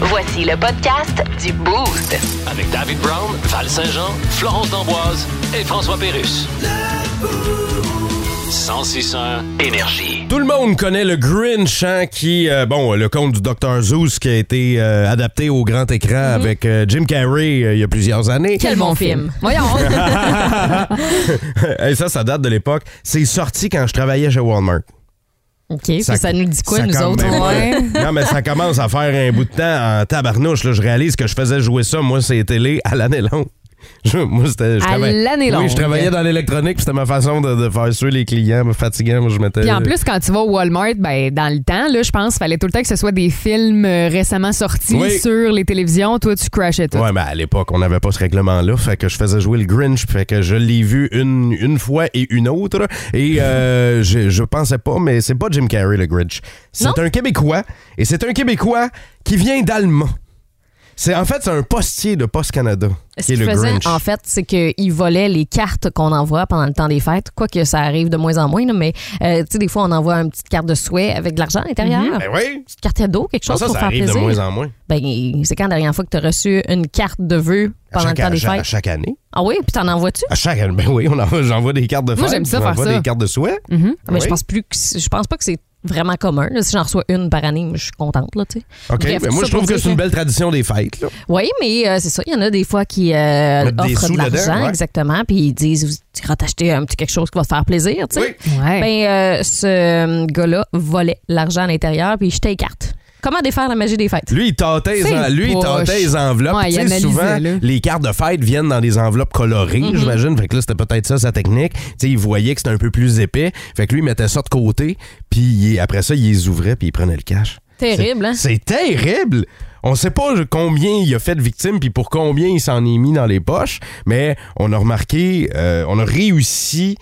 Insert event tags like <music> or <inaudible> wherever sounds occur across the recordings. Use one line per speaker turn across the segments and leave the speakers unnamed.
Voici le podcast du Boost.
Avec David Brown, Val Saint-Jean, Florence D'Amboise et François Pérus. 1061 Énergie.
Tout le monde connaît le Grinch, hein, qui, euh, bon, le conte du Dr. Zeus qui a été euh, adapté au grand écran avec euh, Jim Carrey euh, il y a plusieurs années.
Mhm. Quel bon film. Voyons.
<laughs> Et ça, ça date de l'époque. C'est sorti quand je travaillais chez Walmart.
OK, puis ça, nous dit quoi,
ça
nous
com- <laughs>
autres?
ben,
Ouais.
Non, mais ça commence à faire un bout de temps en tabarnouche. là. je réalise que je faisais jouer ça, moi, c'est télé à l'année longue. <laughs> Je, moi, c'était, je
À
travaillais-
l'année longue.
Oui, je travaillais dans l'électronique, puis c'était ma façon de, de faire suer les clients, me fatiguant. Moi, je mettais.
Puis en plus, quand tu vas au Walmart, ben, dans le temps, là, je pense, fallait tout le temps que ce soit des films euh, récemment sortis
Oui.
sur les télévisions. Toi, tu crashais tout.
Ouais, mais à l'époque, on n'avait pas ce règlement-là. Fait que je faisais jouer le Grinch. Fait que je l'ai vu une, une fois et une autre. Et euh,
<laughs>
je, je pensais pas, mais c'est pas Jim Carrey, le Grinch. C'est un Québécois. Et c'est un Québécois qui vient d'Allemand. C'est, en fait, c'est un postier de Poste Canada.
Ce
qui est
qu'il
le
faisait,
Grinch.
en fait, c'est qu'il volait les cartes qu'on envoie pendant le temps des fêtes. Quoique ça arrive de moins en moins, là, mais euh, tu sais, des fois, on envoie une petite carte de souhait avec de l'argent à l'intérieur. Une
Ben oui.
petite carte cadeau, quelque
Ça,
chose
ça,
pour
ça
faire
arrive
plaisir.
de moins en moins.
Ben, c'est quand la dernière fois que tu as reçu une carte de vœux
À
pendant
chaque,
le temps
à
des
chaque- à
fêtes?
chaque année.
Ah oui, puis t'en envoies-tu?
À chaque <laughs> année. Ben oui, on envoie, j'envoie des cartes de fête.
Moi, j'aime ça, faire
J'envoie
ça.
des cartes de souhait.
Ah, Mais
Oui.
je pense plus que c'est- je pense pas que c'est vraiment commun. là. Si j'en reçois une par année, mais je suis contente, là, tu sais.
OK.
Bref,
ben
tout
moi,
ça
je
pour
trouve que
dire
c'est une belle tradition des fêtes. là.
Oui, mais euh, c'est ça. Il y en a des fois qui euh,
Mettre des
offrent
sous
de
dedans,
l'argent,
ouais.
exactement, puis ils disent vous- tu iras t'acheter un petit quelque chose qui va te faire plaisir, tu sais.
Oui.
Ouais.
Ben, euh, ce euh, gars-là volait l'argent à l'intérieur, puis jetait les cartes. Comment défaire la magie des fêtes?
Lui, il tentait les,
C'est
en- lui, il
poche.
tentait les enveloppes.
Ouais,
Tu
il
sais,
analysait,
souvent,
là. Mm-hmm.
les cartes de fête viennent dans des enveloppes colorées, j'imagine. Fait que là, c'était peut-être ça, sa technique. Tu sais, il voyait que c'était un peu plus épais. Fait que lui, il mettait ça de côté. Puis il- après ça, il les ouvrait, puis il prenait le cash.
Terrible, hein?
C'est terrible! On sait pas combien il a fait de victimes puis pour combien il s'en est mis dans les poches, mais on a remarqué, euh, on a réussi.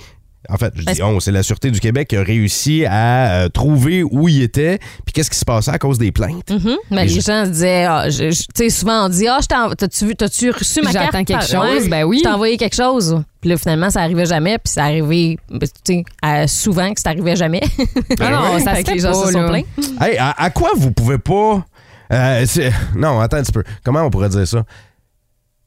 En fait, je dis on, c'est la Sûreté du Québec qui a réussi à euh, trouver où il était, puis qu'est-ce qui se passait à cause des plaintes.
Hum, Mais
Et je-
les gens se disaient, ah, je- je- tu sais, souvent on dit, ah, je t'en- t'as-tu vu- t'as-tu reçu ma carte?
J'attends quelque
Ouais,
chose, ben oui.
Je t'ai envoyé quelque chose. Puis là, finalement, ça arrivait jamais, puis ça arrivait, ben, tu sais, euh, souvent que ça arrivait jamais.
Ah
Ben
non, ça se
Fait que
fait
les gens
pas,
se sont
là.
plaints.
Hey, à, à quoi vous pouvez pas. euh, c'est- non, attends un petit peu. Comment on pourrait dire ça?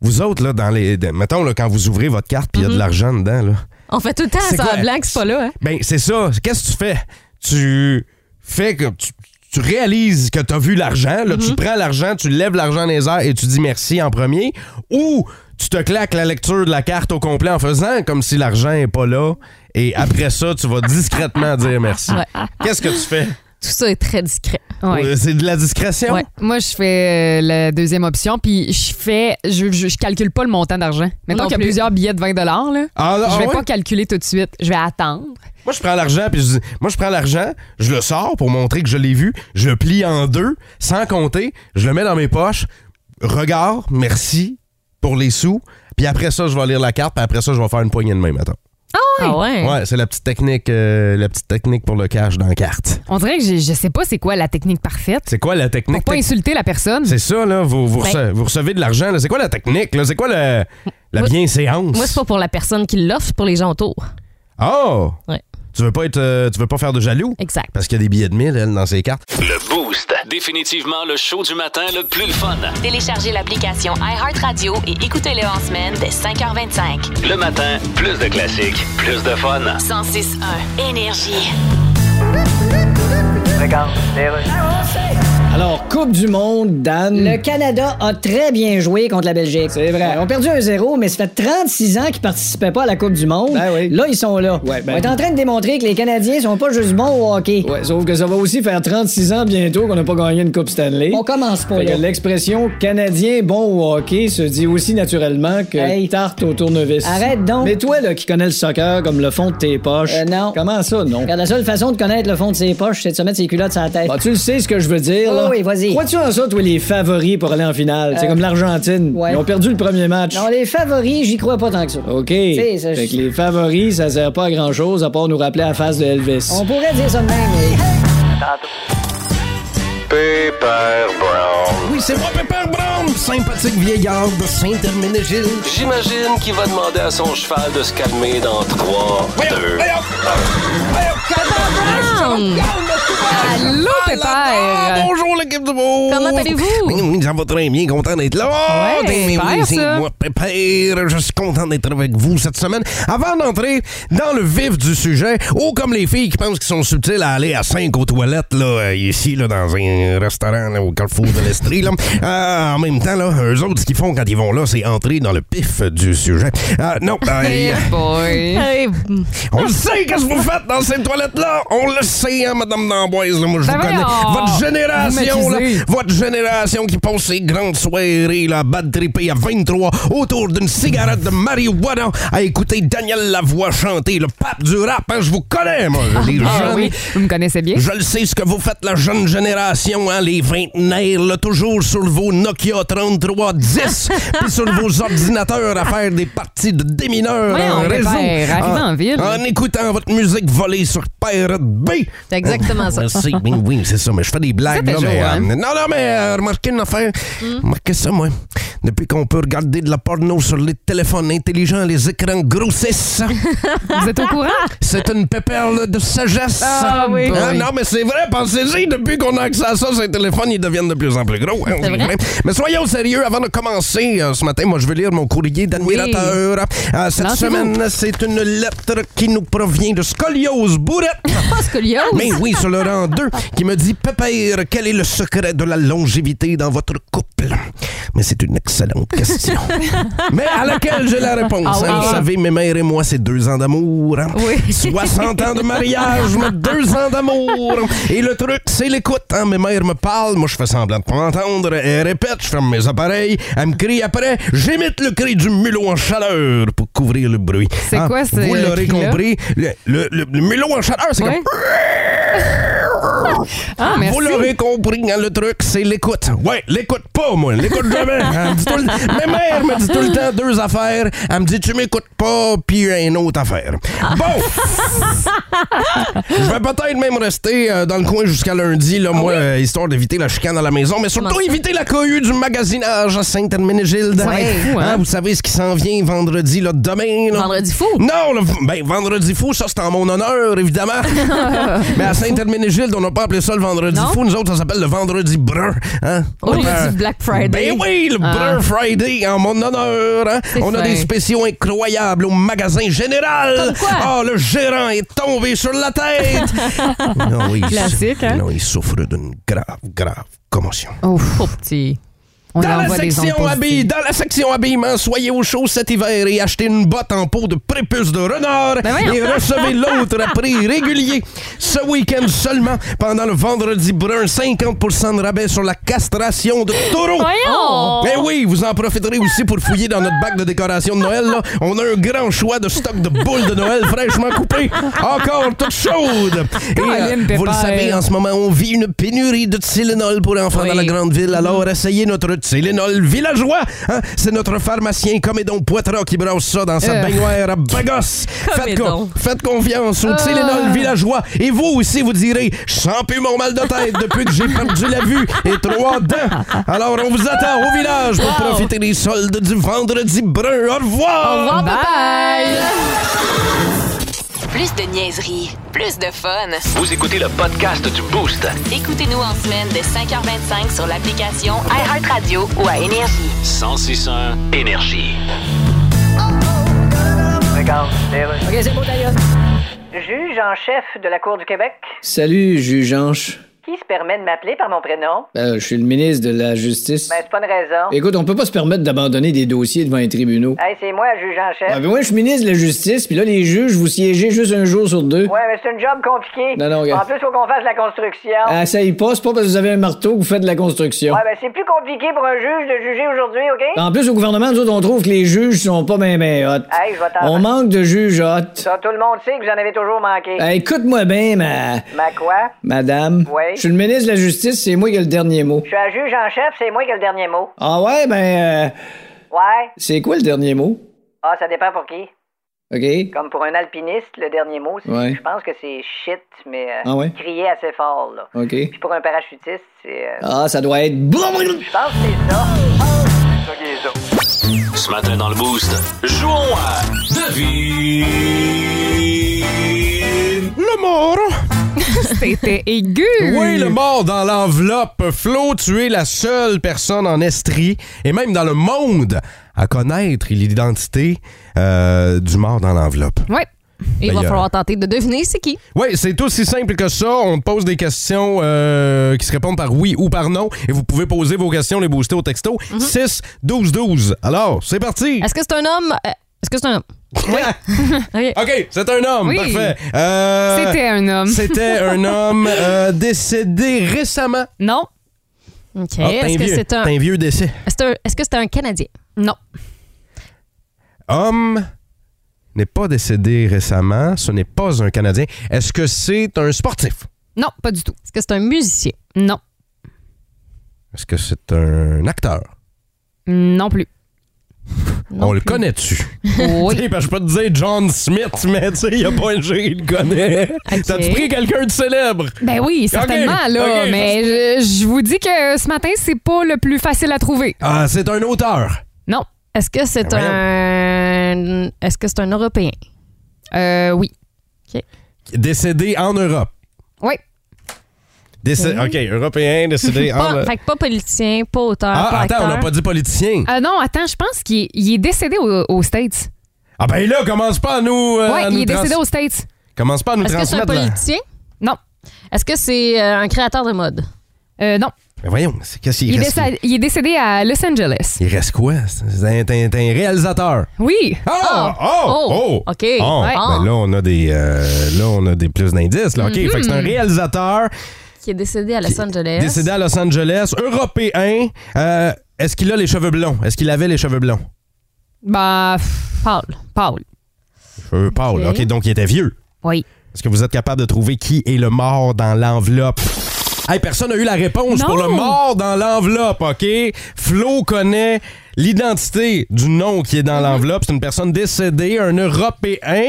Vous autres, là, dans les. de- mettons, là, quand vous ouvrez votre carte puis il
Mm-hmm.
y a de l'argent dedans, là.
On fait tout le temps
C'est quoi?
semblant que c'est pas là, hein?
Ben, c'est ça. Qu'est-ce que tu fais? Tu fais que. Tu, tu réalises que tu as vu l'argent, là,
Mm-hmm.
tu prends l'argent, tu lèves l'argent dans les airs et tu dis merci en premier, ou tu te claques la lecture de la carte au complet en faisant comme si l'argent est pas là, et après ça, tu vas discrètement dire merci. Qu'est-ce que tu fais?
Tout ça est très discret.
Ouais.
Euh, C'est de la discrétion?
Ouais.
Moi, je fais euh, la deuxième option, puis je fais, je, je, je calcule pas le montant d'argent. Maintenant
Non
qu'il y a
plus.
plusieurs billets de 20 là,
Ah, ah
je vais
ouais?
pas calculer tout de suite. Je vais attendre.
Moi, je prends l'argent, puis je dis, moi, je prends l'argent, je le sors pour montrer que je l'ai vu, je le plie en deux, sans compter, je le mets dans mes poches, regarde, merci pour les sous, puis après ça, je vais lire la carte, puis après ça, je vais faire une poignée de main, maintenant.
Ah ouais?
Ouais, c'est la petite technique, euh, la petite technique pour le cash dans la carte.
On dirait que j'ai- je sais pas c'est quoi la technique parfaite
C'est quoi la
pour
technique?
pas insulter la personne.
C'est ça, là, vous, vous,
Ben-
rece- vous recevez de l'argent, là. C'est quoi la technique, là? C'est quoi le- la
Moi-
bienséance?
Moi, c'est pas pour la personne qui l'offre, c'est pour les gens autour.
Oh!
Ouais.
Tu veux pas être, euh, tu veux pas faire de jaloux?
Exact.
Parce qu'il y a des billets de 1000, elle, dans ses cartes.
Le Boost. Définitivement le show du matin le plus le fun.
Téléchargez l'application iHeartRadio et écoutez-le en semaine dès 5h25.
Le matin, plus de classiques, plus de fun.
106.1 Énergie.
Alors, Coupe du Monde, Dan.
Le Canada a très bien joué contre la Belgique.
C'est vrai.
Ils ont perdu un zéro, mais ça fait 36 ans qu'ils participaient pas à la Coupe du Monde.
Ben oui.
Là, ils sont là.
Ouais, ben-
On est en train de démontrer que les Canadiens sont pas juste bons au hockey.
Ouais, sauf que ça va aussi faire 36 ans bientôt qu'on n'a pas gagné une Coupe Stanley.
On commence pas
Fait
là.
que L'expression Canadien bon au hockey se dit aussi naturellement que
Hey.
tarte au tournevis.
Arrête donc.
Mais toi, là, qui connais le soccer comme le fond de tes poches.
Euh, non.
Comment ça, non?
Regarde, la seule façon de connaître le fond de ses poches, c'est de se mettre ses culottes sur la tête.
Bah, tu le sais ce que je veux dire,
Oh
là.
oui, vas-y.
Crois-tu en ça, toi, les favoris pour aller en finale? C'est comme l'Argentine.
ouais.
Ils ont perdu le premier match.
Non, bah, les favoris, j'y crois pas tant que ça.
OK.
sais, ça,
fait
je-
que les favoris, ça sert pas à grand-chose à part nous rappeler la face de Elvis.
On pourrait dire ça de même, mais...
Paper Brown.
Oui, c'est moi, Pepper Brown, sympathique vieillard de Saint-Herménégil.
J'imagine qu'il va demander à son cheval de se calmer dans 3, 2...
Brown!
Allô,
Ah,
Pépère!
bonjour l'équipe du beau!
Comment allez-vous?
Oui, oui, ça va très bien, content d'être là.
Ouais,
Bien, bien,
super,
bien, c'est
ça.
moi, Pépère. Je suis content d'être avec vous cette semaine. Avant d'entrer dans le vif du sujet, oh, comme les filles qui pensent qu'ils sont subtiles à aller à 5 aux toilettes, là, euh, ici, là, dans un restaurant là, au carrefour de l'Estrie, là. <laughs> Euh, en même temps, là, eux autres, ce qu'ils font quand ils vont là, c'est entrer dans le pif du sujet. Euh, non,
<laughs> Hey
euh,
boy!
Hey,
on le sait, qu'est-ce que vous faites dans ces toilettes-là? On le sait, hein, Madame D'Amboise, là, moi, je vous
Ben
connais.
voyons.
Votre génération,
Vous
là,
m'accusez.
votre génération qui passe ses grandes soirées, là, à bad tripper à 23, autour d'une cigarette de marijuana, à écouter Daniel Lavoie chanter, le pape du rap, hein, je vous connais, moi, les
Ah
jeunes.
oui, vous me connaissez bien.
Je le sais, ce que vous faites, la jeune génération, hein, les vingtenaires, là, toujours sur vos Nokia 3310, puis sur vos ordinateurs à faire des parties de démineurs
Voyons,
en réseau. Ah,
Pépère, arrivé en ville.
écoutant votre musique volée sur Pirate Bay.
C'est exactement ça.
Je sais, oui, oui, c'est ça, mais je fais des blagues.
Ça fait
là, mais,
jour, hein?
euh, non, non, mais euh, remarquez une affaire. Remarquez ça, moi. Depuis qu'on peut regarder de la porno sur les téléphones intelligents, les écrans grossissent.
Vous êtes au courant?
<laughs>
C'est une pépère de sagesse.
Ah oui.
Hein,
Oui.
non, mais c'est vrai, pensez-y, depuis qu'on a accès à ça, ces téléphones, ils deviennent de plus en plus gros. hein,
C'est vrai.
Mais soyons au sérieux, avant de commencer, euh, ce matin, moi, je vais lire mon courrier d'admirateur. Euh, cette
Lancez-vous.
semaine, c'est une lettre qui nous provient de Scoliose Bourette.
pas scoliose.
Mais oui, sur le rang 2, qui me dit Pépère, quel est le secret de la longévité dans votre couple Mais c'est une excellente
<laughs>
question. Mais à laquelle j'ai la réponse.
Ah oui.
Hein, Vous savez, mes mères et moi, c'est deux ans d'amour. hein.
Oui.
60 ans de mariage, mais deux ans d'amour. Et le truc, c'est l'écoute. hein. Mes mères me parlent, moi, je fais semblant de pas entendre. Elles répètent, je ferme mes appareils. Elles me crient après. J'imite le cri du mulot en chaleur pour couvrir le bruit.
C'est
Hein,
quoi ce
Vous l'aurez
cri-là?
compris, le, le- le- le mulot en chaleur, c'est
Ouais.
comme...
Ah, merci.
Vous l'aurez compris, hein, le truc, c'est l'écoute. Ouais, l'écoute pas, moi. L'écoute
<laughs>
jamais. Elle me dit tout le- Mes mères me disent tout le temps deux affaires. Elle me dit, tu m'écoutes pas, puis une autre affaire.
Ah. <laughs>
Bon! Je vais peut-être même rester euh, dans le coin jusqu'à lundi, là,
Ah
moi, euh, histoire d'éviter la chicane à la maison, mais surtout éviter la cohue du magasinage à Sainte-Herménégilde.
Ça va être fou, hein?
Vous savez ce qui s'en vient vendredi, là, demain. là.
Vendredi fou.
Non, le, ben, vendredi fou, ça c'est en mon honneur,
<laughs>
évidemment. Mais à Sainte-Herménégilde, on n'a pas appelé ça le vendredi
Non? Oh,
fou. Nous autres, ça s'appelle le vendredi brun. Hein?
Au lieu
Euh,
du Black Friday.
Ben oui, le Brun Friday en mon honneur. hein.
Ah. C'est
On a
fin.
des spéciaux incroyables au magasin général.
Comme quoi?
Ah, le gérant est tombé sur la
<laughs>
tête. non, il,
Classique, hein?
non, il souffre d'une grave, grave commotion.
Ouf, oh, petit. On
Dans la,
envoie des ondes
section
positives.
habille, dans la section habillement, soyez au chaud cet hiver et achetez une botte en peau de prépuce de renard
Ben voyons.
et
<laughs>
recevez l'autre à prix régulier. Ce week-end seulement, pendant le vendredi brun, 50 de rabais sur la castration de taureau.
Voyons!
Ben oui, vous en profiterez aussi pour fouiller dans notre bac de décoration de Noël. là. On a un grand choix de stock de boules de Noël fraîchement coupées, encore toutes chaudes. Et, euh,
Colin
vous le
Pépère.
savez, en ce moment, on vit une pénurie de Tylenol pour enfants
Oui.
dans la grande ville. Alors, essayez notre Tylenol villageois. hein. C'est notre pharmacien Comédon Poitras qui brasse ça dans sa
Euh.
baignoire à Bagos. Faites,
Comédon.
con- faites confiance au Tylenol villageois. Et vous aussi, vous direz, je sens plus mon mal de tête depuis que j'ai perdu la vue et trois dents. Alors, on vous attend au village pour profiter des soldes du vendredi brun. Au revoir!
Au revoir,
Bye!
Plus de niaiserie, plus de fun.
Vous écoutez le podcast du Boost.
Écoutez-nous en semaine de 5h25 sur l'application iHeartRadio ou à Énergie.
1061 Énergie.
Juge en chef de la Cour du Québec,
Salut, juge Anche.
qui se permet de m'appeler par mon prénom?
Ben, je suis le ministre de la Justice.
Ben, c'est pas une raison. Euh,
Écoute, on peut pas se permettre d'abandonner des dossiers devant les tribunaux.
Hey, c'est moi, juge en chef.
Ah, ben moi, je suis ministre de la Justice, puis là, les juges, vous siégez juste un jour sur deux.
Ouais, mais c'est une job compliquée.
Non, non, regarde.
En plus, faut qu'on fasse la construction.
Ah, ça y passe pas parce que vous avez un marteau que vous faites de la construction.
Ouais, ben, c'est plus compliqué pour un juge de juger aujourd'hui, OK?
En plus, au gouvernement, nous autres, on trouve que les juges sont pas ben ben hot.
Hey, je vais t'en-
on manque de juges hot.
Ça, tout le monde sait que vous en avez toujours manqué.
Ah, Écoute-moi bien, ma...
Ma quoi?
madame.
Oui.
Je suis le ministre de la Justice, c'est moi qui ai le dernier mot.
Je suis un juge en chef, c'est moi qui ai le dernier mot.
Ah ouais, ben... euh,
Ouais?
c'est quoi le dernier mot?
Ah, ça dépend pour qui.
OK?
Comme pour un alpiniste, le dernier mot, c'est-
Ouais.
je pense que c'est shit, mais euh,
Ah ouais?
crier assez fort, là.
OK.
Puis pour un parachutiste, c'est... euh,
Ah, ça doit être...
Je pense que c'est ça.
Ce matin dans le Boost, jouons à Devine
Le mort!
C'était aigu.
Oui, le mort dans l'enveloppe. Flo, tu es la seule personne en Estrie et même dans le monde à connaître l'identité euh, du mort dans l'enveloppe.
Ouais.
Il va
Ben,
falloir tenter de deviner c'est qui.
Oui, c'est aussi simple que ça. On te pose des questions euh, qui se répondent par oui ou par non et vous pouvez poser vos questions, les booster au texto
Mhm.
6 12 12. Alors, c'est parti.
Est-ce que c'est un homme? euh, Est-ce que c'est un homme? <laughs> OK.
OK, c'est un homme.
Oui.
Parfait. Euh,
C'était un homme.
C'était un homme euh, décédé récemment.
Non.
OK.
Ah, t'es
Est-ce que
vieux.
c'est un.
T'es un vieux décès.
ben. Est-ce un- est-ce que c'est un Canadien?
Non.
homme n'est pas décédé récemment, ce n'est pas un Canadien. Est-ce que c'est un sportif?
Non, pas du tout.
Est-ce que c'est un musicien?
Non.
Est-ce que c'est un acteur?
Non plus.
Non
On le
plus.
connaît-tu? <laughs>
Oui.
T'sais, ben, je peux te dire John Smith, mais tu sais, il a pas un jeu, il le connaît.
Ok.
T'as-tu pris quelqu'un de célèbre?
Ben oui, certainement,
Ok,
là.
ok.
Mais je, je vous dis que ce matin, c'est pas le plus facile à trouver.
Ah, c'est un auteur.
Non.
Est-ce que c'est
Ben voyons.
un. Est-ce que c'est un Européen?
Euh, oui.
Décédé en Europe.
Oui.
Décé- OK, européen, décédé en
<laughs> Pas,
Europe.
fait que pas politicien, pas auteur,
Ah, attends,
pas
on
acteur. Ah.
n'a pas dit politicien.
Euh, non, attends, je pense qu'il est, il est décédé au- aux States.
Ah ben là, commence pas à nous, euh,
Oui,
à nous
il est
trans-
décédé aux States.
Commence pas à nous
Est-ce que c'est un
transmettre. là.
politicien?
Non.
Est-ce que c'est euh, un créateur de mode?
Euh, non.
Mais voyons, c'est qu'est-ce qu'il
Il est,
reste?
décédé, il est décédé à Los Angeles.
Il reste quoi? C'est un, t'es un- t'es un réalisateur.
Oui. Ah!
Oh! Oh!
Ah! oh, OK.
Oh!
Ouais.
Ben là, on a des, euh, là, on a des plus d'indices. là. OK, fait que c'est un
Mhm.
réalisateur
Qui est décédé à Los Angeles?
décédé à Los Angeles, européen. Euh, Est-ce qu'il a les cheveux blonds? Est-ce qu'il avait les cheveux blonds?
Ben, Paul. Paul.
Cheveux pâles.
Ok.
OK, donc il était vieux.
Oui.
Est-ce que vous êtes capable de trouver qui est le mort dans l'enveloppe? Hey, personne n'a eu la réponse
Non.
pour le mort dans l'enveloppe, OK? Flo connaît l'identité du nom qui est
Mhm.
dans l'enveloppe. C'est une personne décédée, un Européen.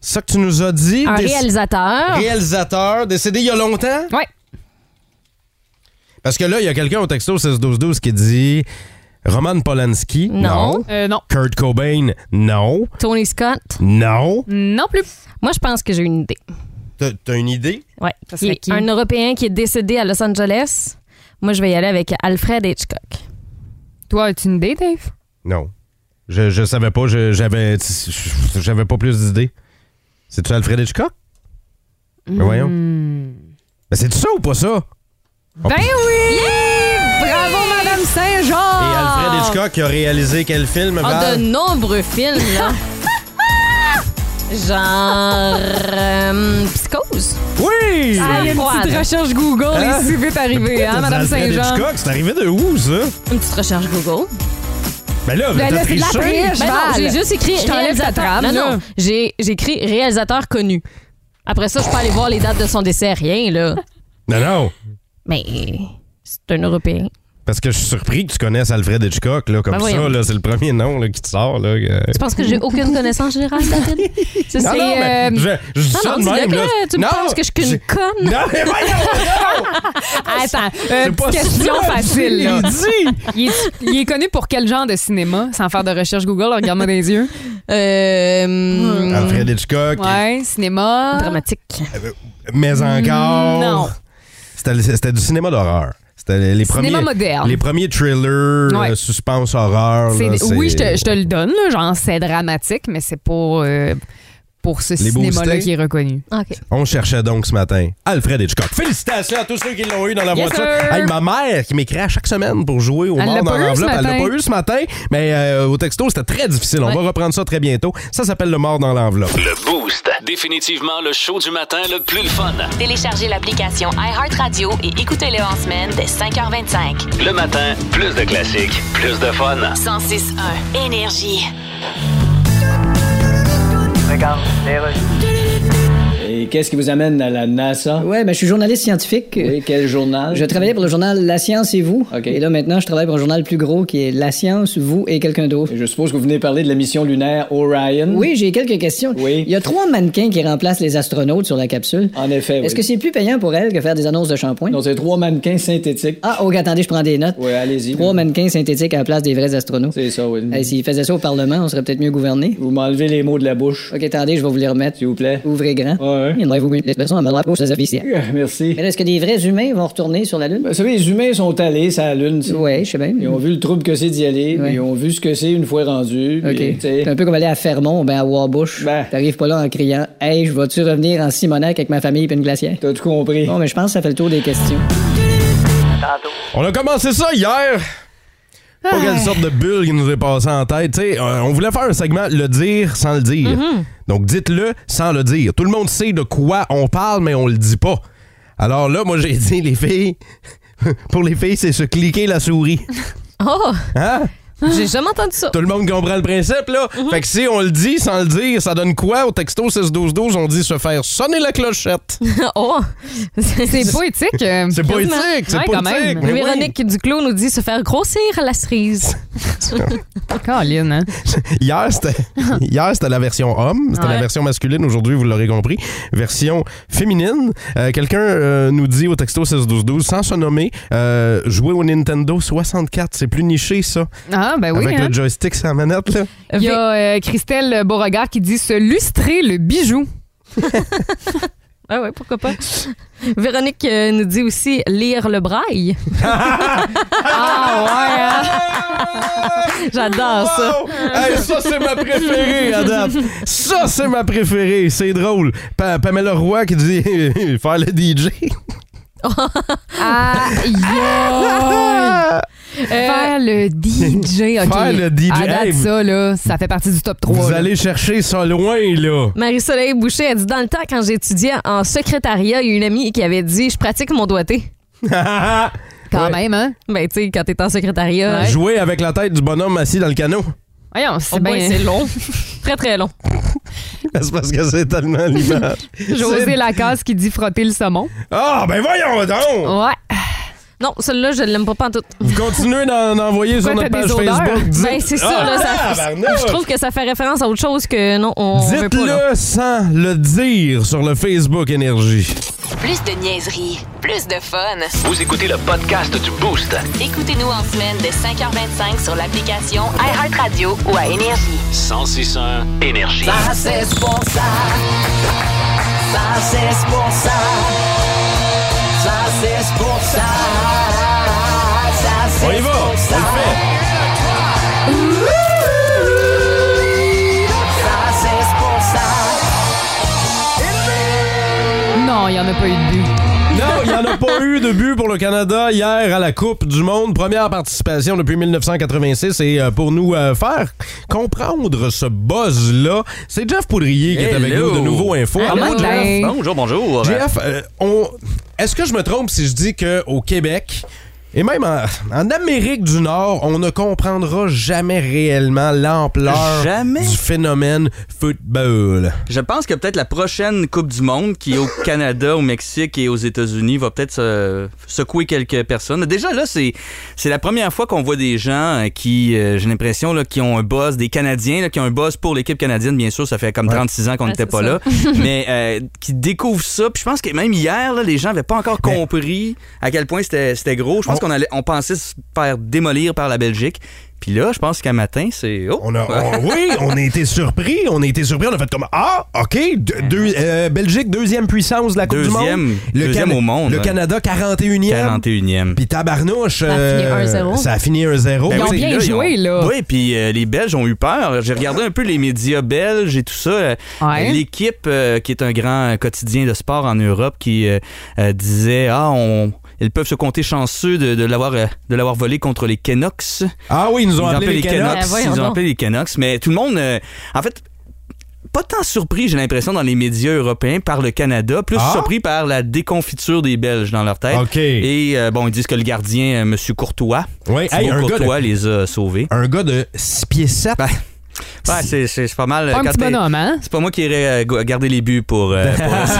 C'est ça que tu nous as dit?
Un
Déc-
réalisateur?
réalisateur, décédé il y a longtemps?
Ouais.
Parce que là, il y a quelqu'un au texto 16-12-12 qui dit Roman Polanski.
Non.
Euh, non.
Kurt Cobain. Non.
Tony Scott?
Non.
Non plus.
Moi, je pense que j'ai une idée.
T'as t'as une idée?
Ouais.
Ça
Qui
serait
est
qui?
Un Européen qui est décédé à Los Angeles. Moi, je vais y aller avec Alfred Hitchcock.
Toi, as-tu une idée, Dave?
Non. Je, je savais pas, je- j'avais j'avais pas plus d'idées. C'est-tu Alfred Hitchcock?
Hmm.
Ben voyons. Ben c'est ça ou pas ça?
Ben oui! Bravo, Madame
Et
Saint-Jean!
Alfred Hitchcock a réalisé quel film?
Ah,
Val?
de nombreux films, <laughs> là. Genre. euh, Psychose.
Oui!
Ah, il y a une
Froide.
petite recherche Google
Hein?
et si vite arrivé, hein, Madame
Alfred
Saint-Jean?
Hitchcock, c'est arrivé de où, ça?
Une petite recherche Google.
Ben là,
Ben
t'as
là, c'est de la
triché.
triche,
Ben non,
Val.
j'ai juste écrit
Je t'enlève ta
réalisateur.
trame,
non,
là.
non, j'ai j'ai écrit réalisateur connu. Après ça, je peux aller voir les dates de son décès, rien, là.
Non, non.
Mais c'est un Européen.
Parce que je suis surpris que tu connaisses Alfred Hitchcock, là, comme
Ben voyons.
ça, là, c'est le premier nom là, qui te sort, là. que-
Tu penses que <laughs> j'ai aucune connaissance générale, David? Ça,
Non,
c'est,
non, mais
euh,
je, je dis
non,
ça
non,
de
dis-le
même,
que
là.
tu me
Non,
penses que je suis
j'ai-
une conne.
Non, mais voyons, non!
Attends, euh,
C'est pas
petite question
ça,
facile. là.
je l'ai dit.
<laughs> Il est, il est connu pour quel genre de cinéma? Sans faire de recherche Google, regarde-moi dans
<laughs>
les yeux.
Euh,
Alfred Hitchcock,
Mm. Ouais, cinéma.
Dramatique.
mais encore.
Non.
C'était, c'était du cinéma d'horreur. C'était les, les premiers.
Cinéma moderne.
Les premiers thrillers,
Ouais.
euh, suspense, horreur.
C'est-
Ah, là, c'est-
oui, je te, je te le donne, là, genre c'est dramatique, mais c'est pas euh, pour ce
Les
cinéma-là
boostés.
qui est reconnu.
OK.
On cherchait donc ce matin Alfred Hitchcock. Félicitations à tous ceux qui l'ont eu dans la
Yes,
voiture.
sir.
Hey, ma mère qui m'écrit à chaque semaine pour jouer au
Elle l'a
mort dans
pas eu ce
l'enveloppe. Elle l'a
matin.
pas eu ce matin, mais euh, au texto, c'était très difficile. On va reprendre ça très bientôt. Ça s'appelle le mort dans l'enveloppe.
Le Boost. Définitivement le show du matin le plus le fun.
Téléchargez l'application iHeartRadio et écoutez-le en semaine dès 5h25.
Le matin, plus de classiques, plus de fun.
106.1 Énergie.
Regarde, c'est reçu.
Et qu'est-ce qui vous amène à la NASA?
Ouais, ben, je suis journaliste scientifique.
Ah. Oui, quel journal?
Je travaillais pour le journal La Science et vous.
OK.
Et là, maintenant, je travaille pour un journal plus gros qui est La Science, vous et quelqu'un d'autre.
Je suppose que vous venez parler de la mission lunaire Orion.
Oui, j'ai quelques questions.
Oui.
Il y a trois mannequins qui remplacent les astronautes sur la capsule.
En effet, oui.
Est-ce que c'est plus payant pour elles que faire des annonces de shampoing?
Non, c'est trois mannequins synthétiques.
Ah, ok, attendez, je prends des notes.
Oui, allez-y.
Trois mannequins synthétiques à la place des vrais astronautes.
C'est ça, oui.
Hey, S'ils faisaient ça au Parlement, on serait peut-être mieux gouverné.
Vous m'enlevez les mots de la bouche,
Ok, attendez, je vais vous les remettre.
s'il vous plaît.
Ouvrez grand.
Ouais, Ouais.
Il devrait vous l'expression à me drapeau sur les officiers.
Euh, Merci.
Mais là, est-ce que des vrais humains vont retourner sur la Lune?
Ben, vous savez, les humains sont allés sur la Lune. tu sais.
Oui, je sais bien.
Ils ont vu le trouble que c'est d'y aller, puis
Ouais.
ils ont vu ce que c'est une fois rendu. puis,
OK.
tu sais.
C'est un peu comme aller à Fermont, ben à Wabush.
Ben.
T'arrives pas là en criant Hey, je vais-tu revenir en Simonac avec ma famille et une glacière?
T'as tout compris.
Bon, mais je pense que ça fait le tour des questions.
On a commencé ça hier. Pas quelle sorte de bulle qui nous est passée en tête. Tu sais, euh, on voulait faire un segment le dire sans le dire. Donc dites-le sans le dire. Tout le monde sait de quoi on parle, mais on le dit pas. Alors là, moi j'ai <laughs> dit les filles, pour les filles, c'est se cliquer la souris.
Oh,
Hein?
j'ai jamais entendu ça.
Tout le monde comprend le principe, là. Fait que si on le dit sans le dire, ça donne quoi? Au texto 6-12-12, on dit se faire sonner la clochette.
Oh,
C'est poétique. euh,
<laughs> C'est
quasiment.
poétique, c'est
Ouais, quand
poétique.
même.
Mais oui.
Véronique Duclos nous dit se faire grossir la cerise.
Colline, hein?
Hier,
<laughs>
c'était hier, c'était la version homme, c'était la
Ouais.
version masculine. Aujourd'hui, vous l'aurez compris, version féminine. Euh, Quelqu'un euh, nous dit au texto 6-12-12, sans se nommer, euh, jouer au Nintendo 64. C'est plus niché, ça.
Ah, ben oui.
Avec
hein.
le joystick sans manette, là.
Il y a euh, Christelle Beauregard qui dit se lustrer le bijou.
Ah ouais, pourquoi pas. Véronique euh, nous dit aussi lire le braille.
Ah, hein?
J'adore ça.
Wow! Ah, Hey, ça, c'est ma préférée, à date. Ça, c'est ma préférée. C'est drôle. Pa- Pamela Roy qui dit <laughs> faire le DJ.
ouais, hein? Ah, yo! <laughs>
Euh,
Faire le
<laughs>
DJ, OK.
Faire le DJ.
À date,
Hey, vous-
ça, là, ça fait partie du top 3.
Vous
là.
allez chercher ça loin, là.
Marie-Soleil Boucher a dit dans le temps, quand j'étudiais en secrétariat, il y a une amie qui avait dit Je pratique mon doigté.
<laughs> Quand
Ouais.
même, hein?
Ben, tu sais, quand t'es en secrétariat, je-
Jouer avec la tête du bonhomme assis dans le canot. <laughs>
Voyons,
Oh
c'est
boy,
bien.
c'est long. très, très long.
C'est parce que c'est tellement l'image.
<laughs> José Lacasse qui dit frotter le saumon.
Ah, ben voyons donc!
Ouais.
Non, celle-là, je l'aime pas pantoute.
Vous continuez d'en d'en envoyer sur notre
Pourquoi t'as
page
des odeurs?
Facebook. Dites-
Ben, c'est ça,
Ah,
là, ça-
tabarnak!
Je trouve que ça fait référence à autre chose que non, on veut pas. là.
Dites-le sans le dire sur le Facebook Énergie.
Plus de niaiserie, plus de fun.
Vous écoutez le podcast du Boost.
Écoutez-nous en semaine de 5h25 sur l'application iHeartRadio ou à Énergie.
1061 Énergie.
On y va! On le fait!
Non, il n'y en a pas eu de but.
Non, il n'y en a pas eu de but pour le Canada hier à la Coupe du Monde. Première participation depuis 1986. Et euh, pour nous euh, faire comprendre ce buzz-là, c'est Jeff Poudrier qui est avec
Hello.
nous de Nouveau Info.
Hello.
Allô, Jeff.
Hey.
Bonjour, bonjour.
Jeff, euh, on... est-ce que je me trompe si je dis qu'au Québec, et même en, en Amérique du Nord, on ne comprendra jamais réellement l'ampleur
Jamais?
du phénomène football?
Je pense que peut-être la prochaine Coupe du Monde, qui
<laughs>
est au Canada, au Mexique et aux États-Unis, va peut-être se- secouer quelques personnes. Déjà là, c'est c'est la première fois qu'on voit des gens euh, qui, euh, j'ai l'impression, là, qui ont un buzz, des Canadiens, là, qui ont un buzz pour l'équipe canadienne, bien sûr, ça fait comme 36 ans qu'on
Ouais,
n'était
c'est
pas
ça. <laughs>
là, mais euh, qui découvrent ça. Puis je pense que même hier, là, les gens n'avaient pas encore
Mais-
compris à quel point c'était c'était gros. Je pense
On-
qu'on allait, on pensait se faire démolir par la Belgique. Puis là, je pense qu'à matin, c'est... Oh!
On a, on- oui, on a été surpris. On a été surpris. On a fait comme Ah, OK. de- deux- euh, Belgique, deuxième puissance de la Coupe
Deuxième-
du Monde.
deuxième au monde,
Le
hein.
Canada, 41e.
41e.
Puis Tabarnouche. euh,
a fini 1-0.
ça a fini 1-0.
Ils ont
Ben oui,
bien
là, ils
joué, là.
Oui, puis euh, les Belges ont eu peur. J'ai regardé un peu les médias belges et tout ça. Euh,
Ouais.
L'équipe, euh, qui est un grand quotidien de sport en Europe, qui euh, euh, disait Ah, on. Ils peuvent se compter chanceux de, de l'avoir euh, de l'avoir volé contre les Canucks.
Ah oui, ils nous ont appelé les Canucks.
Eh,
Ah, voyons
ils nous ont
donc.
appelé les Canucks. Mais tout le monde, euh, en fait, pas tant surpris, j'ai l'impression, dans les médias européens par le Canada, plus
Ah?
surpris par la déconfiture des Belges dans leur tête.
OK.
Et euh, bon, ils disent que le gardien, euh, Monsieur Courtois,
Ouais,
Thibaut
hey, un gars de-
Courtois les a sauvés.
un gars de 6 pieds 7.
Ben, Ouais, c'est, c'est, c'est pas mal.
Pas un
Quand
petit
t'es-
bonhomme, hein?
C'est pas moi qui irais euh, go- garder les buts pour. euh,
<laughs>
pour le sac.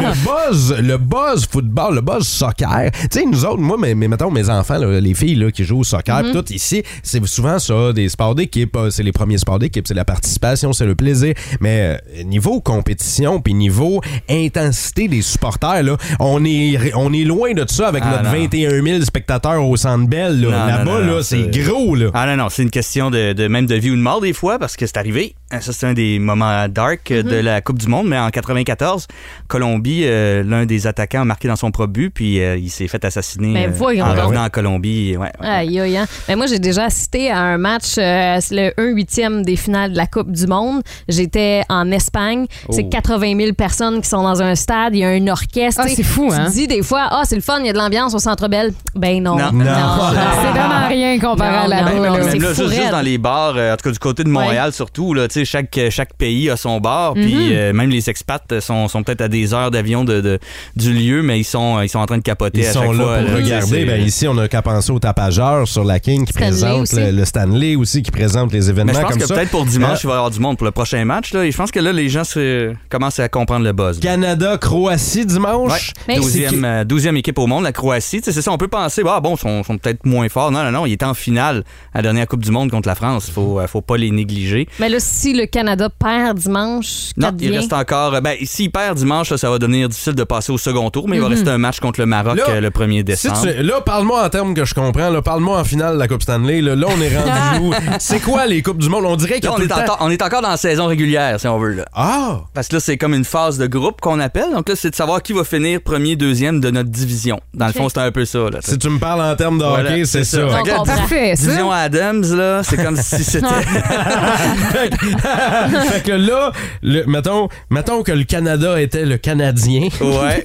le buzz, le buzz football, le buzz soccer. Tu sais, nous autres, moi, mais, mais mettons mes enfants, là, les filles là, qui jouent au soccer,
Mhm.
pis tout ici, c'est souvent ça, des sports d'équipe. euh, C'est les premiers sports d'équipe, c'est la participation, c'est le plaisir. Mais euh, niveau compétition, puis niveau intensité des supporters, là, on est, on est loin de ça avec
Ah,
notre
non.
21 000 spectateurs au Centre Bell.
Non,
là.
non,
Là-bas,
non,
là,
non,
c'est
c'est-
gros, là.
ah non, non, c'est une question de, de même de vie ou de mort. des fois parce que c'est arrivé. Hein, Ça, c'est un des moments dark euh,
Mhm.
de la Coupe du Monde, mais en 94, Colombie, euh, l'un des attaquants a marqué dans son propre but, puis euh, il s'est fait assassiner
Ben,
euh,
voyons
en
donc.
revenant en Colombie. Ouais, ouais.
Aïe, aïe, hein. Mais moi, j'ai déjà assisté à un match, euh, c'est le 1 huitième des finales de la Coupe du Monde. J'étais en Espagne. C'est
Oh.
80 000 personnes qui sont dans un stade. Il y a un orchestre.
Ah,
Tu sais,
c'est fou,
tu
hein?
te dis des fois, ah, c'est le fun, il y a de l'ambiance au Centre Bell. Ben non.
Non.
Non.
<laughs>
C'est vraiment rien comparé à
Non,
là-bas.
non,
là.
non,
Ben, Même
c'est
là,
fou
juste, juste
raide.
dans les bars, euh, en tout cas du côté de Montréal surtout, là, tu sais, chaque, chaque pays a son bar,
Mhm.
puis euh, même les expats sont, sont peut-être à des heures d'avion de, de- du lieu, mais ils sont, ils sont en train de capoter
Ils
à
sont
chaque
là
fois.
pour
là, tu sais,
regarder.
c'est- euh,
Ben, ici, on n'a qu'à penser au tapageur sur la King qui
Stanley
présente
aussi.
le, le Stanley aussi, qui présente les événements
Mais je pense
comme
que
ça. Euh,
peut-être pour dimanche, il va y avoir du monde pour le prochain match. Là, et je pense que là, les gens se- commencent à comprendre le buzz. là.
Canada, Croatie Euh, dimanche.
Mais
Douzième,
c'est-
euh, douzième équipe au monde, la Croatie. Tu sais, C'est ça, on peut penser, ah bon, ils sont, sont peut-être moins forts. Non, non, non, ils étaient en finale à la dernière Coupe du Monde contre la France. Faut, euh, faut pas les négliger.
Mais là, si le Canada perd dimanche,
Non,
quatre
il
biens.
reste encore. euh, Ben, s'il perd dimanche, là, ça va devenir difficile de passer au second tour, mais il va rester un match contre le Maroc
Là,
euh, le 1er décembre.
Si tu- là, parle-moi en termes que je comprends. Là, parle-moi en finale de la Coupe Stanley. Là, Là, on est
<laughs>
rendu où? C'est quoi les Coupes du Monde? On dirait qu'il y
Là,
a
on,
tout
est
le temps-
encore- on est encore dans la saison régulière, si on veut. Là.
Ah!
Parce que là, c'est comme une phase de groupe qu'on appelle. Donc là, c'est de savoir qui va finir premier, deuxième de notre division. Dans le fond, c'est un peu ça. Là,
Si tu me parles en termes de
Voilà,
hockey, c'est
c'est
ça.
ça.
On
Fait que-
comprend.
Parfait, ça.
Division Adams, là, c'est comme si c'était.
<laughs> fait que- <laughs> fait que là, le- mettons, mettons que le Canada était le Canadien.
<laughs> ouais.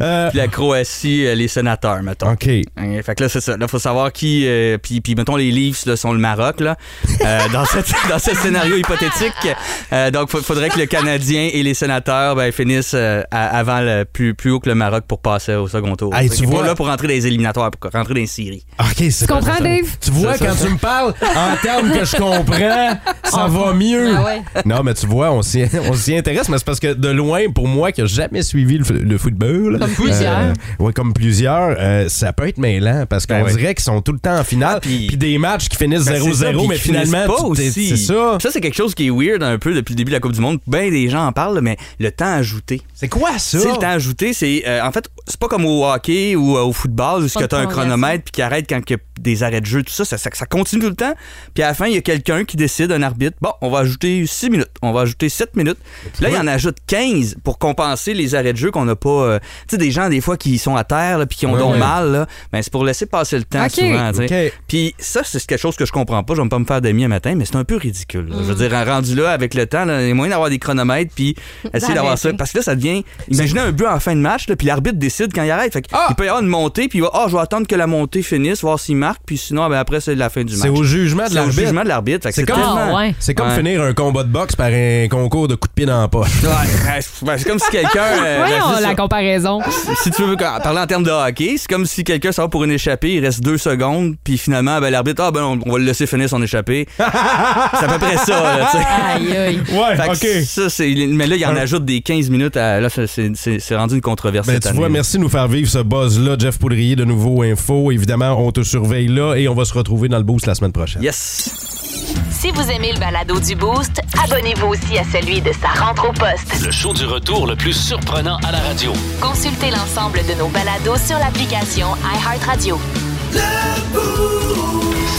Euh,
Puis la Croatie, euh, les sénateurs, mettons.
OK.
Euh, Fait que là, c'est ça. Là, faut savoir qui. euh, puis, puis, mettons, les Leafs là, sont le Maroc, là. <laughs> Euh, dans, cette- dans ce scénario hypothétique. Euh, donc, il faudrait que le Canadien et les sénateurs ben, finissent euh, à- avant le, plus, plus haut que le Maroc pour passer au second tour.
Hey,
Fait
tu
qu'ils sont
vois-
là pour rentrer dans les éliminatoires, pour rentrer dans les séries.
Ah, OK, c'est
Tu comprends, Dave?
Tu vois,
C'est ça,
quand tu me parles en termes que je comprends, ça va mieux.
Ah ouais.
Non, mais tu vois, on s'y <laughs> on s'y intéresse, mais c'est parce que de loin, pour moi, qui n'ai jamais suivi le, f- le football.
Comme plusieurs.
oui, comme plusieurs, euh, ça peut être mêlant parce qu'on
Ben oui.
dirait qu'ils sont tout le temps en finale.
Ah, puis-
puis des matchs qui finissent
Ben, c'est
0-0,
ça, puis
mais
qu'ils finissent
finalement,
pas
tu- t'es-
aussi.
c'est ça.
Ça, c'est quelque chose qui est weird un peu depuis le début de la Coupe du Monde. Ben, des gens en parlent, mais le temps ajouté.
C'est quoi ça?
C'est le temps ajouté, c'est euh, en fait c'est pas comme au hockey ou euh, au football où tu
Pas de
as un
prolongation.
chronomètre puis qui arrête quand il y a des arrêts de jeu tout ça, ça, ça, ça continue tout le temps. Puis à la fin, il y a quelqu'un qui décide un arbitre. Bon, on va ajouter 6 minutes, on va ajouter 7 minutes. Là, il en ajoute 15 pour compenser les arrêts de jeu qu'on n'a pas euh, tu sais des gens des fois qui sont à terre là, puis qui ont
Ouais,
donc
ouais.
mal là, ben, c'est pour laisser passer le temps
Ok.
souvent, tu sais.
OK.
Puis ça, c'est quelque chose que je comprends pas. Je vais pas me faire d'amis un matin, mais c'est un peu ridicule. là. Je
Hmm.
veux dire, rendu là, avec le temps, là, il y a moyen d'avoir des chronomètres,
<laughs>
puis
Ben,
essayer d'avoir ça.
D'arrêter.
Parce que là, ça devient. Imaginez un but en fin de match, là, puis l'arbitre décide quand il arrête. Fait que
Ah!
Il peut y avoir une montée, puis il va, ah, je vais attendre que la montée finisse, voir s'il marque, puis sinon, ben, après, c'est la fin du match.
C'est au jugement de
C'est au
l'arbitre.
jugement de l'arbitre. Fait que
C'est
C'est
comme-
tellement-
Ah, ouais.
C'est comme
Ouais.
finir un combat de boxe par un concours de coups de pied dans la poche.
<laughs> Ouais, ben, c'est ben, c'est comme si quelqu'un. <laughs> euh, ben,
Voyons
c'est
la
ça.
comparaison.
si tu veux ah, parler en termes de hockey, c'est comme si quelqu'un s'en va pour une échappée, il reste deux secondes, puis finalement, ben, l'arbitre, ah ben on, on va le laisser finir son échappée. <laughs> c'est à peu près ça, là, tu sais.
Aïe, aïe.
Ouais,
Fait que ça, c'est, mais là, il en ajoute des 15 minutes. À, là, c'est, c'est- c'est rendu une controverse
Ben,
cette
tu
année.
vois, merci de nous faire vivre ce buzz-là. Jeff Poudrier de Nouveau Info. Évidemment, on te surveille là et on va se retrouver dans le boost la semaine prochaine.
Yes!
Si vous aimez le balado du Boost, abonnez-vous aussi à celui de sa rentre au poste.
Le show du retour le plus surprenant à la radio.
Consultez l'ensemble de nos balados sur l'application iHeartRadio.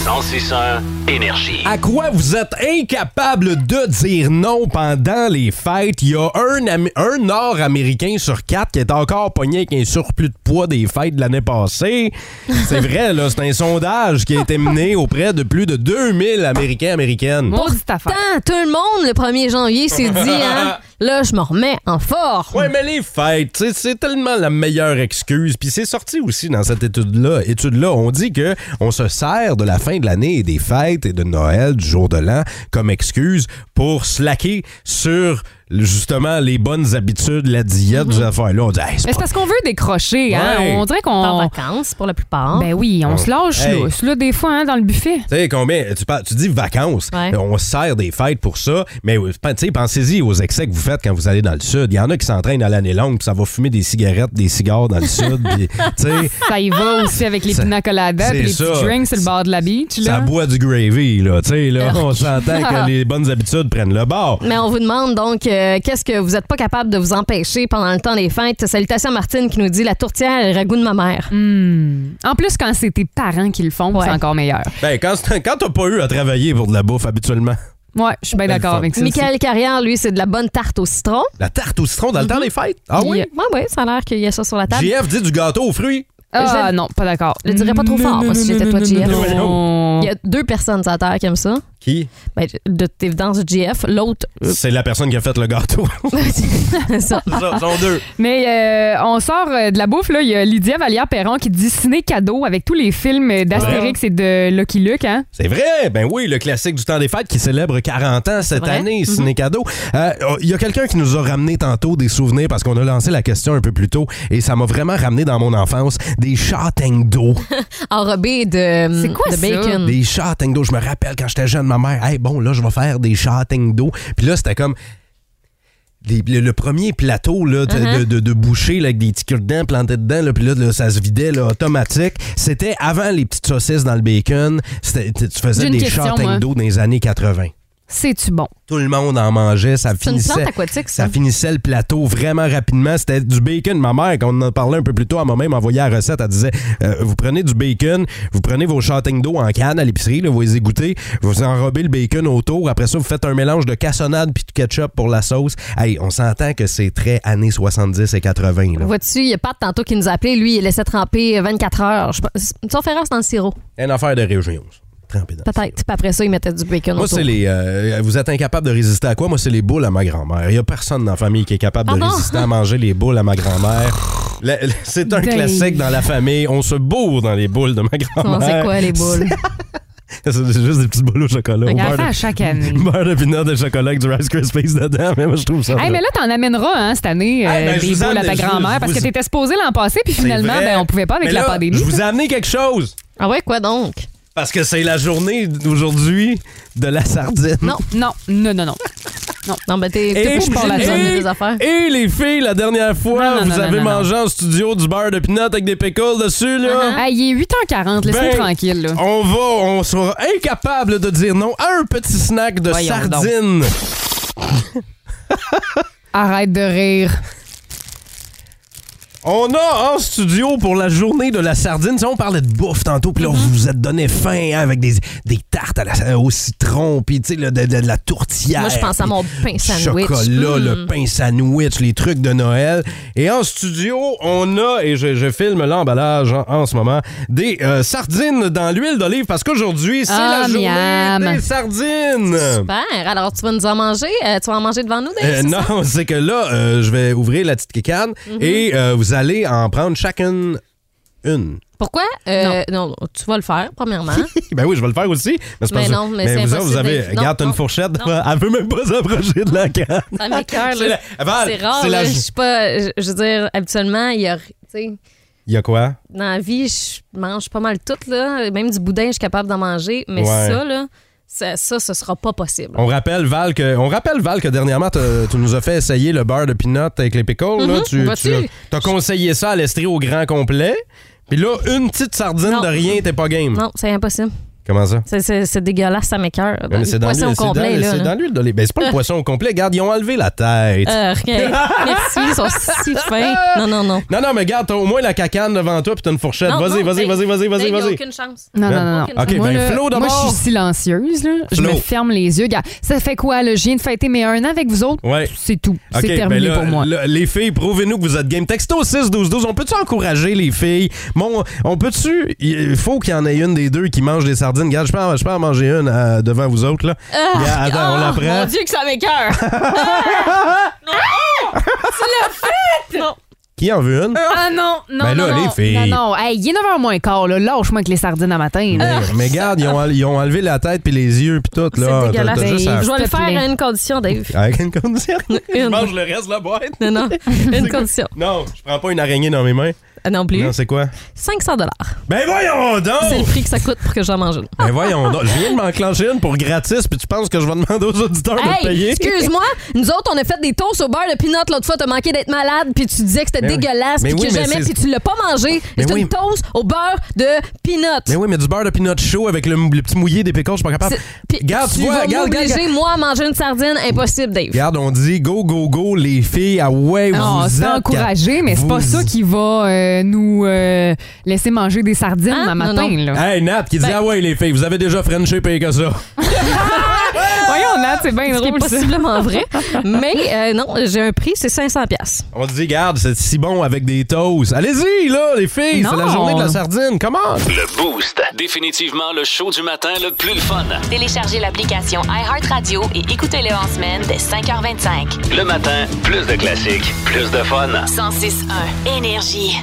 1061 Énergie.
À quoi vous êtes incapable de dire non pendant les fêtes? Il y a un, Am- un Nord-Américain sur quatre qui est encore pogné avec un surplus de poids des fêtes de l'année passée. C'est vrai, là, c'est un sondage qui a été mené auprès de plus de 2000 Américains, Américaines.
Maudite affaire.
Tant, tout le monde, le 1er janvier, s'est dit,
<laughs>
hein, là, je me remets en forme.
Ouais, mais les fêtes, tu sais, c'est tellement la meilleure excuse. Puis c'est sorti aussi dans cette étude-là. Étude-là, on dit que on se sert de la fin de l'année et des fêtes et de Noël, du jour de l'an, comme excuse pour slacker sur justement les bonnes habitudes, la diète, des affaires. Là, on dit, Hey,
Mais
c'est
c'est
pas-
parce qu'on veut décrocher,
Ouais.
hein? On dirait
en
qu'on.
vacances pour la plupart.
Ben oui, on se lâche
Hey.
lousse, là, des fois, hein, dans le buffet.
Tu sais, combien? Tu, parles- tu dis vacances.
Ouais.
On se sert des fêtes pour ça. Mais euh, tu sais, pensez-y aux excès que vous faites quand vous allez dans le Sud. Il y en a qui s'entraînent à l'année longue, puis ça va fumer des cigarettes, des cigares dans le Sud. puis, tu sais,
Ça y va aussi avec les
Ça-
pina coladas
c'est
puis les
ça.
petits drinks sur le bord de la
Ça
beach. Là.
boit du gravy, là. Tu sais, là, on s'entend que les bonnes habitudes prennent le bord.
Mais on vous demande donc, euh, euh, qu'est-ce que vous n'êtes pas capable de vous empêcher pendant le temps des fêtes? Salutations à Martine qui nous dit la tourtière et le ragoût de ma mère.
Hmm. En plus, quand c'est tes parents qui le font,
Ouais.
c'est encore meilleur.
Ben, quand, c'est- quand t'as pas eu à travailler pour de la bouffe habituellement,
Ouais, je suis bien
Ben, le
d'accord
fun.
avec ça. aussi.
Michael Carrière, lui, c'est de la bonne tarte au citron.
la tarte au citron dans le temps des fêtes. Ah oui?
Il- Ouais, ouais, ça a l'air qu'il y a ça sur la table.
JF dit du gâteau aux fruits.
Ah
Je-
non, pas d'accord.
Je le dirais pas trop
Non,
fort,
non,
moi, si
non,
j'étais
non,
toi,
non,
JF.
non, non.
Il y a deux personnes sur la terre qui aiment ça.
Qui?
Ben, de tes évidence, JF. L'autre, <laughs> euh,
C'est la personne qui a fait le gâteau. <laughs>
ça.
Ils sont deux.
Mais euh, on sort euh, de la bouffe, là. Il y a Lydia Vallière-Perron qui dit ciné cadeau avec tous les films d'Astérix et de Lucky Luke, hein?
C'est vrai, ben oui, le classique du temps des fêtes qui célèbre 40 ans cette
vrai?
année, ciné cadeau. Euh, Il y a quelqu'un qui nous a ramené tantôt des souvenirs parce qu'on a lancé la question un peu plus tôt et ça m'a vraiment ramené dans mon enfance des châtaignes d'eau.
enrobé de,
C'est quoi
de
ça?
bacon.
Des châtaignes d'eau. Je me rappelle quand j'étais jeune, ma mère, hey, bon, là, je vais faire des châtaignes d'eau. Puis là, c'était comme. les- le, le premier plateau là, de,
Mm-hmm.
de, de- de boucher là, avec des petits cure-dents plantés dedans, là, puis là, là, ça se vidait là, automatique. C'était avant les petites saucisses dans le bacon. C'était- Tu tu
J'ai
faisais
une
des
question, moi.
châtaignes d'eau dans les années 80.
C'est-tu bon?
Tout le monde en mangeait, ça
C'est une plante
finissait.
aquatique, ça.
Ça finissait le plateau vraiment rapidement. C'était du bacon. Ma mère, quand on en parlait un peu plus tôt, à moi-même envoyait la recette. Elle disait euh, Vous prenez du bacon, vous prenez vos châtaignes d'eau en canne à l'épicerie, là, vous les égouttez, vous enrobez le bacon autour. Après ça, vous faites un mélange de cassonade puis de ketchup pour la sauce. Hey, on s'entend que c'est très années 70 et 80. Là.
Vois-tu, il y a Pat tantôt qui nous a appelé. Lui, il laissait tremper 24 heures. Je pense- Une conférence dans le sirop,
Une affaire de région. ça. Trempez dans ça.
peut-être. Puis après ça, il mettait du bacon
Moi,
autour.
c'est les. euh, vous êtes incapable de résister à quoi? Moi, c'est les boules à ma grand-mère. Il n'y a personne dans la famille qui est capable
Ah
de
non?
résister à manger les boules à ma
<laughs>
grand-mère. Le- le- C'est un
Dave.
classique dans la famille. On se bourre dans les boules de ma
Comment
grand-mère.
c'est
<laughs>
quoi les boules?
C'est c'est juste des petites boules au chocolat. <laughs> Au beurre
Regarde ça à
de,
chaque année.
beurre de pinot de chocolat avec du Rice Krispies dedans. Mais moi, je trouve ça.
Hey,
drôle.
mais là, t'en amèneras hein, cette année, euh,
Hey, ben, je
des
vous
boules à ta
amène- je vous-
grand-mère,
je
parce
vous-
que t'étais supposé l'an passé, puis
C'est
finalement,
vrai.
ben, on pouvait pas avec
Mais
la
là,
pandémie.
Je vous ai amené quelque chose
Ah ouais, quoi donc?
parce que c'est la journée d'aujourd'hui de la sardine.
Non.
Non,
<laughs>
non, non, non.
Non, ben t'es
Et,
t'es pas obligé
je
de
parle
nous
à
donner
et-
des affaires.
et les filles, la dernière fois,
Non, non,
vous
non, non,
avez
non, non.
mangé en studio du beurre de pinot avec des pickles dessus, là.
Hey, il est 8h40, laisse-moi
Ah. Ben,
tranquille. Là.
On va, on sera incapable de dire non à un petit snack de
Voyons
sardines.
Arrête de rire.
On a en studio pour la journée de la sardine. Si on parlait de bouffe tantôt,
Mm-hmm.
puis là, vous vous êtes donné faim hein, avec des, des tartes à la- au citron, puis tu sais, le- de, de- de la tourtière.
Moi, je pense à
puis
mon pain
du
sandwich.
chocolat,
Mm.
le pain sandwich, les trucs de Noël. Et en studio, on a, et je, je filme l'emballage en, en ce moment, des euh, sardines dans l'huile d'olive, parce qu'aujourd'hui, c'est
Ah,
la journée
miam.
des sardines.
Super. Alors, tu vas nous en manger? Euh, tu vas en manger devant nous, Dave?
Euh,
c'est ça? Mm-hmm.
non, c'est que là, euh, je vais ouvrir la petite kikane et euh, vous allez en prendre chacune une. <laughs>
Pourquoi? Euh, non. tu vas le faire, premièrement.
Ben oui, je vais le faire aussi. Mais, c'est
Mais
pas
Ben
Ben
non, mais c'est
vous, autres,
impossible
vous avez.
d'être- non,
Regarde, t'as
non,
une fourchette.
non.
<laughs> Elle veut même pas s'approcher de la <laughs> canne.
Ça m'écoeure,
C'est
là.
la- Val,
C'est rare,
c'est la-
là. Je suis pas... Je je veux dire, habituellement, il y a... tu sais,
Il y a quoi?
dans la vie, je mange pas mal tout, là. Même du boudin, je suis capable d'en manger. Mais
Ouais. Oh.
ça, là, ça, ça, ce sera pas possible.
On rappelle, Val, que, on rappelle, Val, que dernièrement, t'as- tu nous as fait essayer le beurre de peanut avec les pickles. là.
Mhm,
Tu,
vois-tu?
as conseillé ça à l'estrie au grand complet. Puis là, une petite sardine
Non.
de rien, t'es pas game.
Non, c'est impossible.
Comment ça?
C'est- C'est c'est dégueulasse, ça m'écoeure.
Ouais, mais c'est
Le
dans
poisson
l'huile- c'est
complet,
dans-
là.
c'est
là.
dans l'huile d'olive. Ben, c'est
<laughs>
pas le poisson au complet. Regarde, ils ont enlevé la tête.
Euh, <laughs> rien. Merci, ils sont si fins. Non, non, non.
Non, non, mais regarde, t'as au moins la cacane devant toi puis t'as une fourchette.
Non,
Euh, Vas-y,
non,
vas-y,
Dave,
vas-y, vas-y,
Dave,
vas-y,
il y a
vas-y.
aucune chance.
Non, non, non. non.
Aucune
OK,
chance.
ben,
là,
Flo
moi, je
d'abord.
suis silencieuse. Là. Je me
Flo.
ferme les yeux. Regarde, ça fait quoi? Là? Je viens de fêter mes un an avec vous autres.
Ouais.
C'est tout.
OK,
c'est
ben
terminé
là,
pour moi.
là, les filles, prouvez-nous que vous êtes game. Texto 6 12 12. On peut-tu encourager les filles? Bon, on peut-tu. Il faut qu'il y en ait une des deux qui mange des sardines. Regarde, je peux, en- je peux en manger une euh, devant vous autres, là. Regarde, attends, on Ah, la prend.
Ah. Mon Dieu, que ça m'écœure!
Qui en veut une?
Ah non, non,
Ben
non,
là,
non.
les filles.
Non, non. Hey, il est 9h moins quart. là. Lâche-moi avec les sardines à matin. là.
Mais, mais regarde, ils ont, enle- ils ont enlevé la tête puis les yeux puis tout, là.
C'est
T'as-
dégueulasse.
t'as juste à-
Ben, Je vais le
S'il te plaît.
faire à une condition, Dave.
Avec une condition. <laughs>
Une.
Je mange le reste de la boîte. <laughs>
Non, non. Une condition. Euh,
Non, je prends pas une araignée dans mes mains.
non plus.
Non, c'est quoi?
500 dollars.
Ben voyons
C'est le
donc!
prix que ça coûte pour que j'en mange une.
Ben voyons donc. Je viens de m'enclencher une pour gratis, puis tu penses que je vais demander aux auditeurs de le
Hey,
payer?
excuse-moi, nous autres, on a fait des toasts au beurre de peanut l'autre fois. T'as manqué d'être malade, puis tu disais que c'était
Mais Ben oui.
dégueulasse,
Mais
puis
oui,
que
mais
jamais,
c'est-
puis tu l'as pas mangé.
Mais
C'est
oui.
une toast au beurre de peanut.
Mais oui, mais du beurre de peanut chaud avec le, le petit mouillé des pécores, je suis pas capable.
C'est- puis
Regarde, tu
tu
vois,
vas
regarde, regarde,
m'obliger, moi, à manger une sardine. Impossible, Dave.
Regarde, on dit go, go, go, les filles, ah ouais,
Non,
vous
c'est
êtes
encouragé, mais c'est pas
vous-
ça qui va euh, nous euh, laisser manger des sardines
Hein?
un
Non,
matin.
non.
Là.
Hey, Nat, qui dit
Ben-
ah ouais, les filles, vous avez déjà friendship payé que ça.
Voyons, Nat, c'est bien
Ce qui est
drôle. ça. <laughs>
possiblement vrai. Mais euh, non, j'ai un prix, c'est 500 pièces.
On dit, garde, c'est si bon avec des toasts. Allez-y, là, les filles, c'est la
Non.
journée de la sardine, come on!
Le Boost. Définitivement le show du matin le plus le fun.
Téléchargez l'application iHeartRadio et écoutez-le en semaine dès 5h25.
Le matin, plus de classiques, plus de fun.
106.1 Énergie.